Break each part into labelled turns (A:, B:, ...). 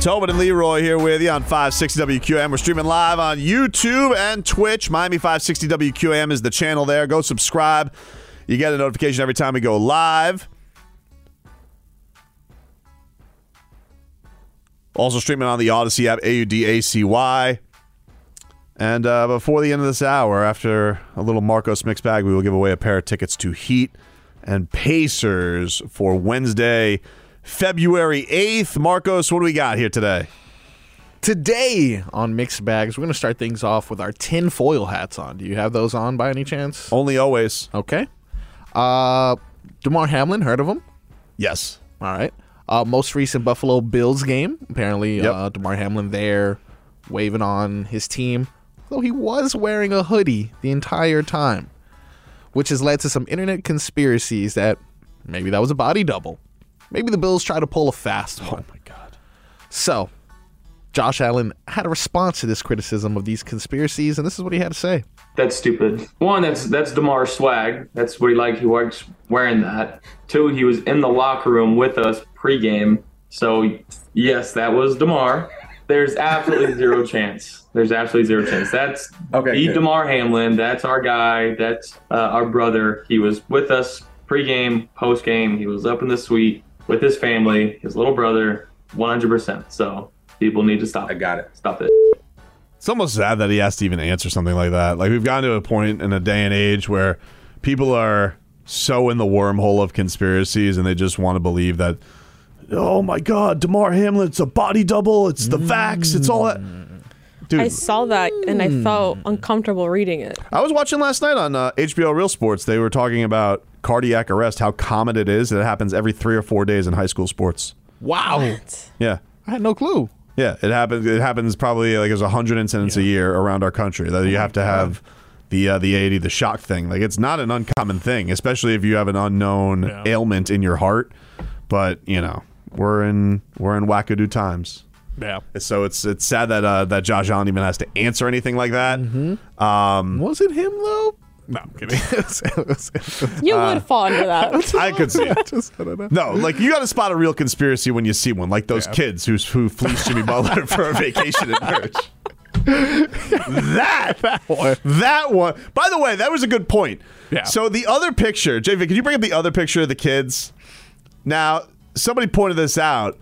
A: Tobin and Leroy here with you on 560 WQM. We're streaming live on YouTube and Twitch. Miami 560 WQM is the channel there. Go subscribe. You get a notification every time we go live. Also streaming on the Odyssey app, A U D A C Y. And uh, before the end of this hour, after a little Marcos mixed bag, we will give away a pair of tickets to Heat and Pacers for Wednesday, February 8th. Marcos, what do we got here today?
B: Today on Mixed Bags, we're going to start things off with our tin foil hats on. Do you have those on by any chance?
A: Only always.
B: Okay. Uh, DeMar Hamlin, heard of him?
A: Yes.
B: All right. Uh, most recent Buffalo Bills game. Apparently,
A: Yep.
B: uh, DeMar Hamlin there waving on his team, though he was wearing a hoodie the entire time, which has led to some internet conspiracies that maybe that was a body double. Maybe the Bills tried to pull a fast one.
A: my God.
B: So, Josh Allen had a response to this criticism of these conspiracies, and this is what he had to say.
C: that's stupid. One, that's that's Demar swag. That's what he liked. He likes wearing that. Two, he was in the locker room with us pregame. So yes, that was Demar. There's absolutely zero chance. There's absolutely zero chance. That's
D: Okay,
C: the
D: good.
C: Demar Hamlin. That's our guy. That's uh, our brother. He was with us pregame, postgame. He was up in the suite with his family, his little brother, 100%. So people need to stop.
D: I got it.
C: Stop it.
A: It's almost sad that he has to even answer something like that. Like we've gotten to a point in a day and age where people are so in the wormhole of conspiracies and they just want to believe that oh my god, DeMar Hamlin's a body double, it's the facts, it's all that. Dude,
B: Hmm.
E: I saw that and I felt uncomfortable reading it.
A: I was watching last night on uh, HBO Real Sports. They were talking about cardiac arrest, how common it is, and it happens every three or four days in high school sports.
B: Wow.
A: Yeah,
B: I had no clue.
A: yeah, it happens. It happens probably like there's hundred incidents a year around our country that you have to have the uh, the eighty, the shock thing. Like it's not an uncommon thing, especially if you have an unknown ailment in your heart. But you know, we're in we're in wackadoo times.
B: Yeah.
A: So it's it's sad that uh, that Josh Allen even has to answer anything like that.
B: Was it him, though? Hmm. No, I'm kidding. It was- it was- it was-
E: You would fall under that.
A: I could see it.
B: I just- I don't know.
A: No, like you got to spot a real conspiracy when you see one, like those kids who who fleeced Jimmy Butler for a vacation in church. that that one. By the way, that was a good point.
B: Yeah.
A: So the other picture, JV, can you bring up the other picture of the kids? Now, somebody pointed this out.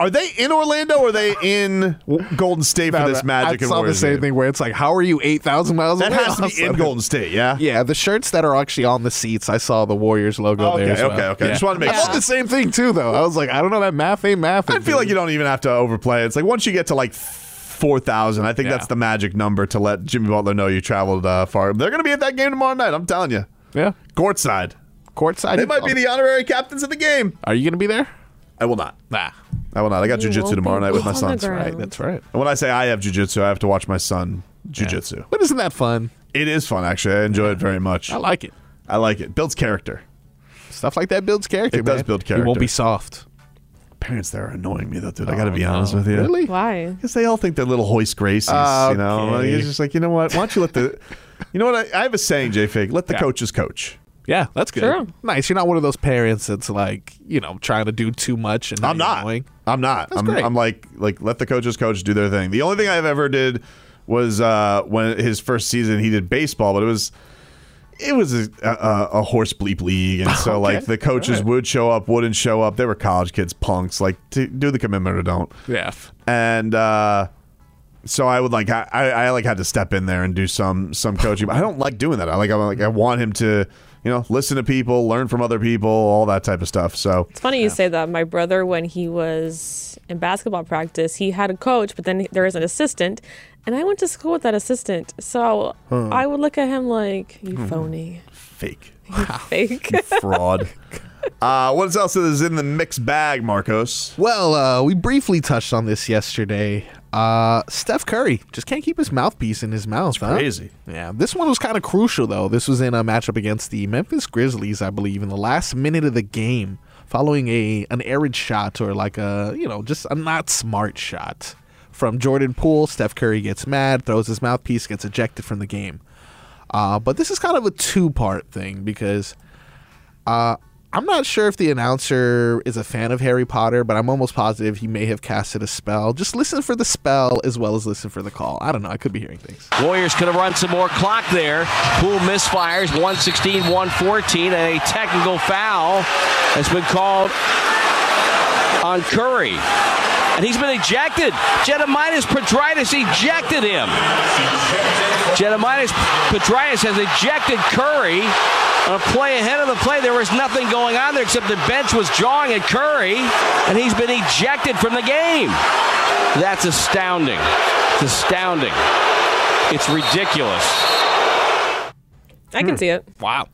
A: Are they in Orlando or are they in Golden State for this Magic
B: I
A: and
B: saw
A: Warriors
B: the same
A: game?
B: thing where it's like, how are you 8,000 miles
A: That
B: away?
A: has to be
B: Also,
A: in Golden State, yeah.
B: Yeah, the shirts that are actually on the seats, I saw the Warriors logo
A: Okay,
B: there. as well.
A: okay, okay. Just wanted to make
B: I thought
A: sure.
B: the same thing, too, though. I was like, I don't know, that math ain't math.
A: I feel like you don't even have to overplay it. It's like once you get to like four thousand, I think
B: Yeah.
A: that's the magic number to let Jimmy Butler know you traveled uh, far. They're going to be at that game tomorrow night. I'm telling you,
B: Yeah. oh.
A: courtside.
B: Courtside.
A: They
B: you
A: might
B: call
A: be
B: it.
A: the honorary captains of the game.
B: Are you going to be there?
A: I will not.
B: Nah.
A: I will not. I got
E: You
A: jujitsu
E: won't
A: tomorrow
E: be
A: night with my
E: on the
A: sons.
E: ground.
A: Right.
B: Right, that's right.
A: And when I say I have jujitsu, I have to watch my son jujitsu.
B: But isn't that fun?
A: It is fun, actually. I enjoy it very much.
B: I like it.
A: I like it. Builds character.
B: Stuff like that builds character.
A: It does
B: man.
A: build
B: You won't
A: character.
B: be soft.
A: Parents there are annoying me though, dude. I got to be honest with you.
B: Oh, Really?
E: Why?
A: Because they all think they're little hoist gracies, you know.
B: Okay.
A: It's just like, you know what? Why don't you let the, you know what? I, I have a saying, J Fig. Let the
B: Yeah.
A: coaches coach.
B: Yeah, that's good.
E: Sure.
B: Nice. You're not one of those parents that's like, you know, trying to do too much and
A: I'm
B: you're
A: not.
B: annoying.
A: I'm not. I'm,
B: great.
A: I'm like like let the coaches coach do their thing. The only thing I've ever did was uh, when his first season he did baseball, but it was it was a, a, a horse bleep league, and so like the coaches would show up, wouldn't show up. They were college kids, punks. Like t- do the commitment or don't.
B: Yeah.
A: and uh, so I would like I, I I, like had to step in there and do some some coaching. But I don't like doing that. I like I like I want him to you know listen to people, learn from other people, all that type of stuff. So
E: It's funny you say that. My brother, when he was in basketball practice, he had a coach, but then there was an assistant. And I went to school with that assistant. So I would look at him like,
B: Hmm.
E: you phony,
A: fake
B: Ah.
E: fake.
A: fraud. uh, what else is in the mixed bag, Marcos?
B: Well, uh, we briefly touched on this yesterday. Uh, Steph Curry just can't keep his mouthpiece in his mouth. huh?
A: crazy.
B: Yeah, this one was kind of crucial though. This was in a matchup against the Memphis Grizzlies, I believe, in the last minute of the game, following a an errant shot or like a you know just a not smart shot from Jordan Poole. Steph Curry gets mad, throws his mouthpiece, gets ejected from the game. Uh, but this is kind of a two part thing because I'm not sure if the announcer is a fan of Harry Potter, but I'm almost positive he may have casted a spell. Just listen for the spell as well as listen for the call. I don't know. I could be hearing things.
D: Warriors could have run some more clock there. Poole misfires 116 114, and a technical foul has been called on Curry. And he's been ejected. Jedemias Pedritis ejected him. Jedemias Pedritis has ejected Curry on a play ahead of the play. There was nothing going on there except the bench was jawing at Curry, and he's been ejected from the game. That's astounding. It's astounding. It's ridiculous.
E: I
B: Hmm.
E: can see it.
D: Wow.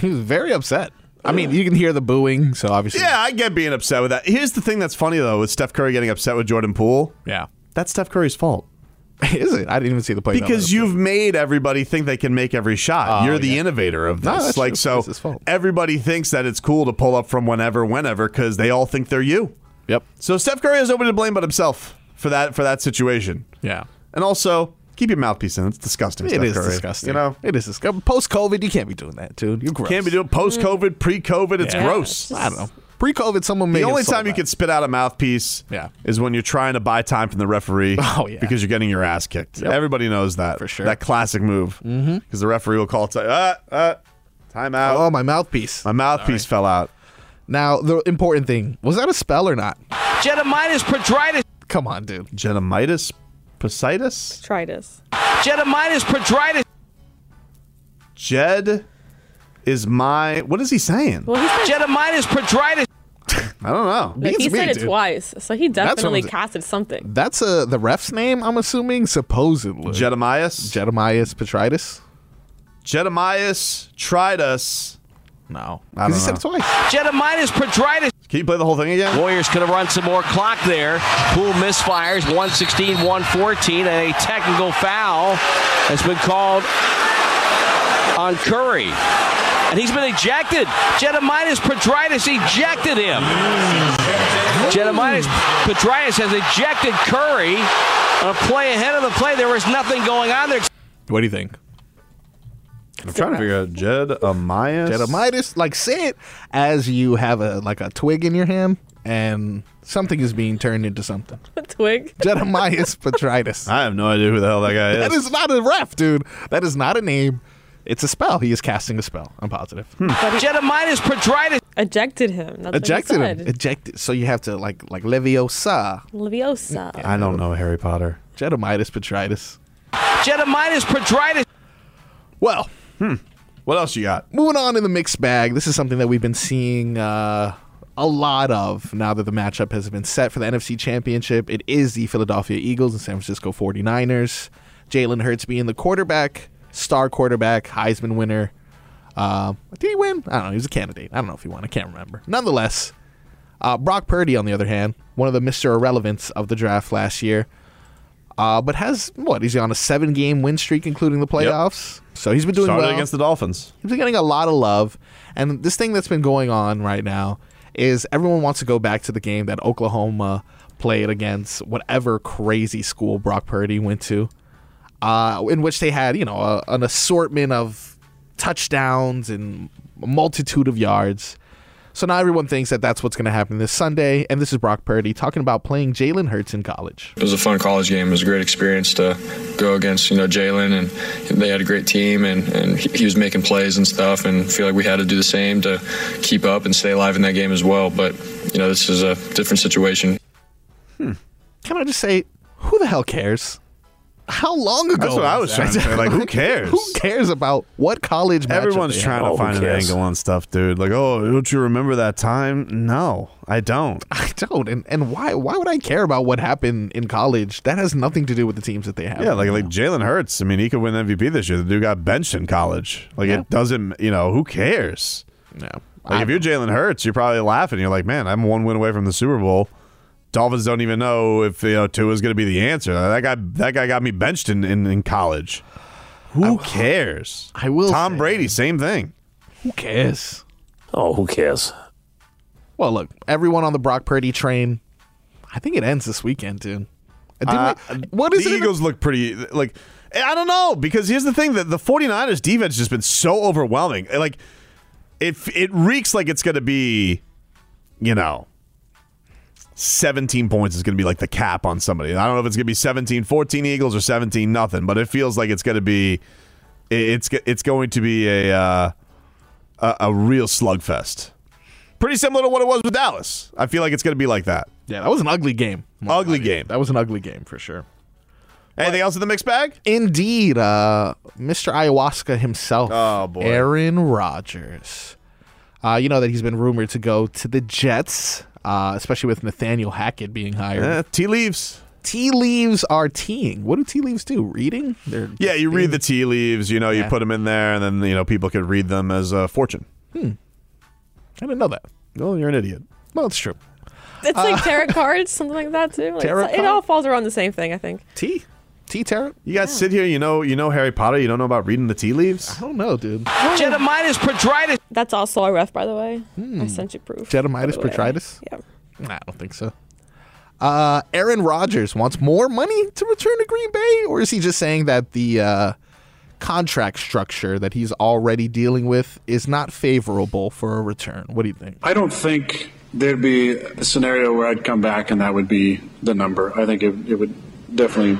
B: He was very upset. I mean, you can hear the booing, so obviously.
A: Yeah, I get being upset with that. Here's the thing that's funny though, with Steph Curry getting upset with Jordan Poole.
B: Yeah.
A: That's Steph Curry's fault.
B: Is it? I didn't even see the play.
A: Because you've made everybody think they can make every shot. You're the innovator of
B: No,
A: this.
B: that's
A: like
B: true.
A: so
B: It's his fault.
A: everybody thinks that it's cool to pull up from whenever, whenever, because they all think they're you.
B: Yep.
A: So Steph Curry has nobody to blame but himself for that for that situation.
B: Yeah.
A: And also, keep your mouthpiece in. It's disgusting.
B: It
A: Steph
B: is
A: Curry.
B: disgusting.
A: You know,
B: it is disgusting. Post COVID, you can't be doing that, dude. You're gross.
A: can't be doing post COVID, pre COVID. It's
B: Yeah.
A: gross.
E: Just-
B: I don't know. Pre COVID, someone made
A: The only time you could spit out a mouthpiece
B: Yeah.
A: is when you're trying to buy time from the referee
B: Oh, yeah.
A: because you're getting your ass kicked. Everybody knows that. For
B: sure.
A: That classic move. Because mm-hmm. the referee will call, t- uh, uh, time out.
B: Oh, my mouthpiece.
A: My mouthpiece fell out.
B: Now, the important thing was that a spell or not?
D: Jedemias Pedritis.
B: Come on, dude.
A: Genomitis? Positis?
E: Try this.
D: Jedemias Pedritis.
A: Jed is my. What is he saying?
E: Well, he said,
D: Jedemias Pedritis.
A: I don't know.
E: like, he
B: beats me,
E: said it
B: dude.
E: twice, so he definitely
B: saying.
E: casted something.
B: That's uh, the ref's name, I'm assuming, supposedly.
A: Jedemias?
B: Jedemias Petritus?
A: Jedemias tried us.
B: No.
A: don't
B: Because he said
A: know.
B: it twice.
D: Jedemias Pedritis.
A: Can you play the whole thing again?
D: Warriors could have run some more clock there. Poole misfires 116 114, and a technical foul has been called on Curry. And he's been ejected. Jedemias Pedritis ejected him. Jedemias Pedritis has ejected Curry on a play ahead of the play. There was nothing going on there.
B: What do you think?
A: I'm trying to figure out Jedemias.
B: Jedemias, like, say it as you have a like a twig in your hand and something is being turned into something.
E: Twig.
B: Jedemias Petritus.
A: I have no idea who the hell that guy
B: That is not a ref, dude. That is not a name. It's a spell. He is casting a spell. I'm positive.
D: Jedemias Pedritis.
E: Ejected him. That's
B: Ejected
E: what he
B: him.
E: said.
B: Ejected. So you have to like like Leviosa.
E: Leviosa.
A: I don't know Harry Potter.
B: Jedemias Petritus.
D: Jedemias Pedritis.
B: Well,
A: What else you got?
B: moving on in the mixed bag. This is something that we've been seeing uh, a lot of now that the matchup has been set for the NFC Championship. It is the Philadelphia Eagles and San Francisco 49ers. Jalen Hurts being the quarterback, star quarterback, Heisman winner. Uh, did he win? I don't know. He was a candidate. I don't know if he won. I can't remember. Nonetheless, uh, Brock Purdy, on the other hand, one of the Mr. Irrelevance of the draft last year, uh, but has what? He's on a seven game win streak, including the playoffs. So he's been doing
A: Started
B: well
A: against the Dolphins.
B: he's been getting a lot of love. And this thing that's been going on right now is everyone wants to go back to the game that Oklahoma played against whatever crazy school Brock Purdy went to, uh, in which they had, you know, a, an assortment of touchdowns and a multitude of yards. So now everyone thinks that that's what's going to happen this Sunday. And this is Brock Purdy talking about playing Jalen Hurts in college.
F: It was a fun college game. It was a great experience to go against, you know, Jalen, and they had a great team, and, and he he was making plays and stuff, and feel like we had to do the same to keep up and stay alive in that game as well. But, you know, this is a different situation.
B: Can I just say, who the hell cares? How long ago?
A: That's what I was
B: that?
A: trying to say. Like, who cares?
B: Who cares about what college? matchup
A: Everyone's
B: they
A: trying
B: have?
A: to
F: who
A: find an
F: cares?
A: angle on stuff, dude. Like, oh, don't you remember that time? No, I don't.
B: I don't. And and why why would I care about what happened in college? That has nothing to do with the teams that they have.
A: Yeah, like like Jalen Hurts. I mean, he could win MVP this year. The dude got benched in college. Like, it doesn't. You know, who cares?
B: no.
A: Like, if you're Jalen Hurts, you're probably laughing. You're like, man, I'm one win away from the Super Bowl. Dolphins don't even know if you know Tua's going to be the answer. That guy, that guy got me benched in in, in college. Who cares?
B: I will
A: Tom
B: say-
A: Brady, same thing.
B: who cares?
G: Oh, who cares?
B: Well, look, everyone on the Brock Purdy train. I think it ends this weekend, dude. Didn't
A: Uh,
B: we- what is
A: the
B: it?
A: Eagles look pretty like I don't know because here's the thing that the 49ers defense has just been so overwhelming. Like it it reeks like it's going to be, you know, 17 points is going to be like the cap on somebody. I don't know if it's going to be 17 14 Eagles or 17 nothing, but it feels like it's going to be it- it's go- it's going to be a uh, a, a real slugfest. Pretty similar to what it was with Dallas. I feel like it's going to be like that.
B: Yeah, that was an ugly game.
A: Ugly game.
B: That was an ugly game for sure.
A: Anything else in the mixed bag?
B: Indeed, uh, Mr. Ayahuasca himself,
A: Oh, boy.
B: Aaron Rodgers. Uh, you know that he's been rumored to go to the Jets, uh, especially with Nathaniel Hackett being hired.
A: Eh, tea leaves.
B: Tea leaves are teeing. What do tea leaves do? Reading? They're
A: Yeah, you read the tea leaves. You know, you put them in there, and then you know people could read them as a fortune.
B: I didn't know that.
A: Well, Oh, you're an idiot.
B: Well, it's true.
E: It's like tarot cards, something like that too. Like,
B: Tarot
E: it's- it all
B: card?
E: falls around the same thing, I think.
B: Tea? Tea tarot?
A: You guys sit here. You know, you know Harry Potter. You don't know about reading the tea leaves.
B: I don't know, dude.
D: Jedemitis Pedritis.
E: That's also a ref, by the way. I sent you proof.
B: Jedemitis
E: by the way.
B: Petritis?
E: Yeah.
B: Nah, I don't think so. Uh, Aaron Rodgers wants more money to return to Green Bay, or is he just saying that the uh, contract structure that he's already dealing with is not favorable for a return? What do you think?
G: I don't think there'd be a scenario where I'd come back and that would be the number. I think it, it would definitely,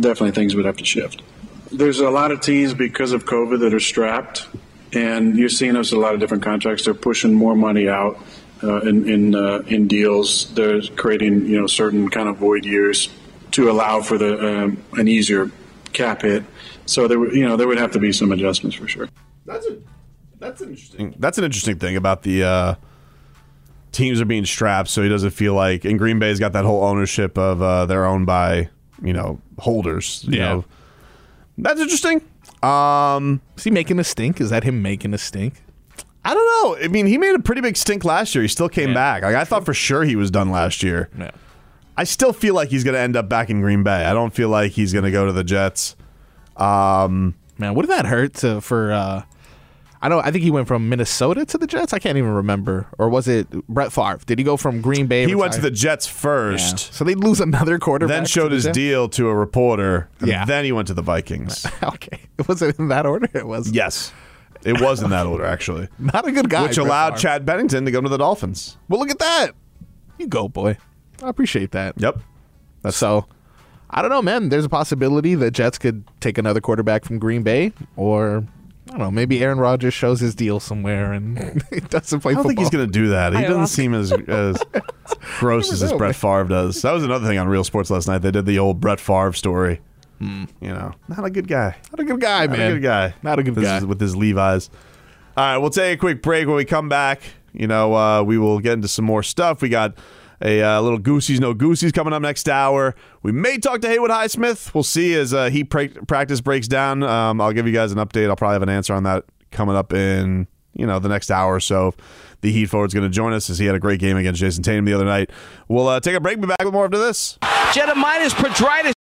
G: definitely things would have to shift. There's a lot of teams because of COVID that are strapped, and you're seeing us in a lot of different contracts. They're pushing more money out uh, in in, uh, in deals. They're creating you know certain kind of void years to allow for the um, an easier cap hit. So there, would- you know, there would have to be some adjustments for sure.
A: That's a, that's an interesting. Mm, That's an interesting thing about the uh, teams are being strapped, so he doesn't feel like. And Green Bay's got that whole ownership of uh, they're owned by you know holders. You
B: Yeah.
A: know. that's interesting.
B: Is he making a stink? Is that him making a stink?
A: I don't know. I mean, he made a pretty big stink last year. He still came back. Like I thought for sure he was done last year.
B: No.
A: I still feel like he's going to end up back in Green Bay. I don't feel like he's going to go to the Jets.
B: Man, would that hurt to, for? Uh, I know. I think he went from Minnesota to the Jets. I can't even remember. Or was it Brett Favre? Did he go from Green Bay?
A: He went to the
B: retired-
A: Jets
B: Yeah.
A: first,
B: So they lose another quarterback.
A: then
B: to
A: showed
B: the
A: his
B: Jets?
A: deal to a reporter, and
B: Yeah.
A: then he went to the Vikings.
B: Okay, was it in that order? It was.
A: yes. It was in that order, actually,
B: Not a good guy.
A: which
B: Brett
A: allowed
B: Favre.
A: Chad Bennington to go to the Dolphins.
B: Well, look at that. You go, boy. I appreciate that. Uh,
A: Yep.
B: So, I don't know, man. There's a possibility the Jets could take another quarterback from Green Bay, or I don't know, maybe Aaron Rodgers shows his deal somewhere and he doesn't play
A: I don't
B: football.
A: think he's going to do that. He
E: I
A: doesn't
E: lost.
A: seem as as gross as this
B: know,
A: Brett Favre does. That was another thing on Real Sports last night. They did the old Brett Favre story. You know, not a good guy.
B: Not a good guy,
A: Not
B: man.
A: a good guy.
B: Not a good
A: This
B: guy.
A: is with his Levi's. All right, we'll take a quick break. When we come back, you know, uh, we will get into some more stuff. We got a uh, little Goosey's No Goosey's coming up next hour. We may talk to Haywood Highsmith. We'll see as uh, he pra- practice breaks down. Um, I'll give you guys an update. I'll probably have an answer on that coming up in you know the next hour or so. The Heat forward's going to join us as he had a great game against Jason Tatum the other night. We'll uh, take a break. Be back with more after this.
D: Jedemitis Pedritis.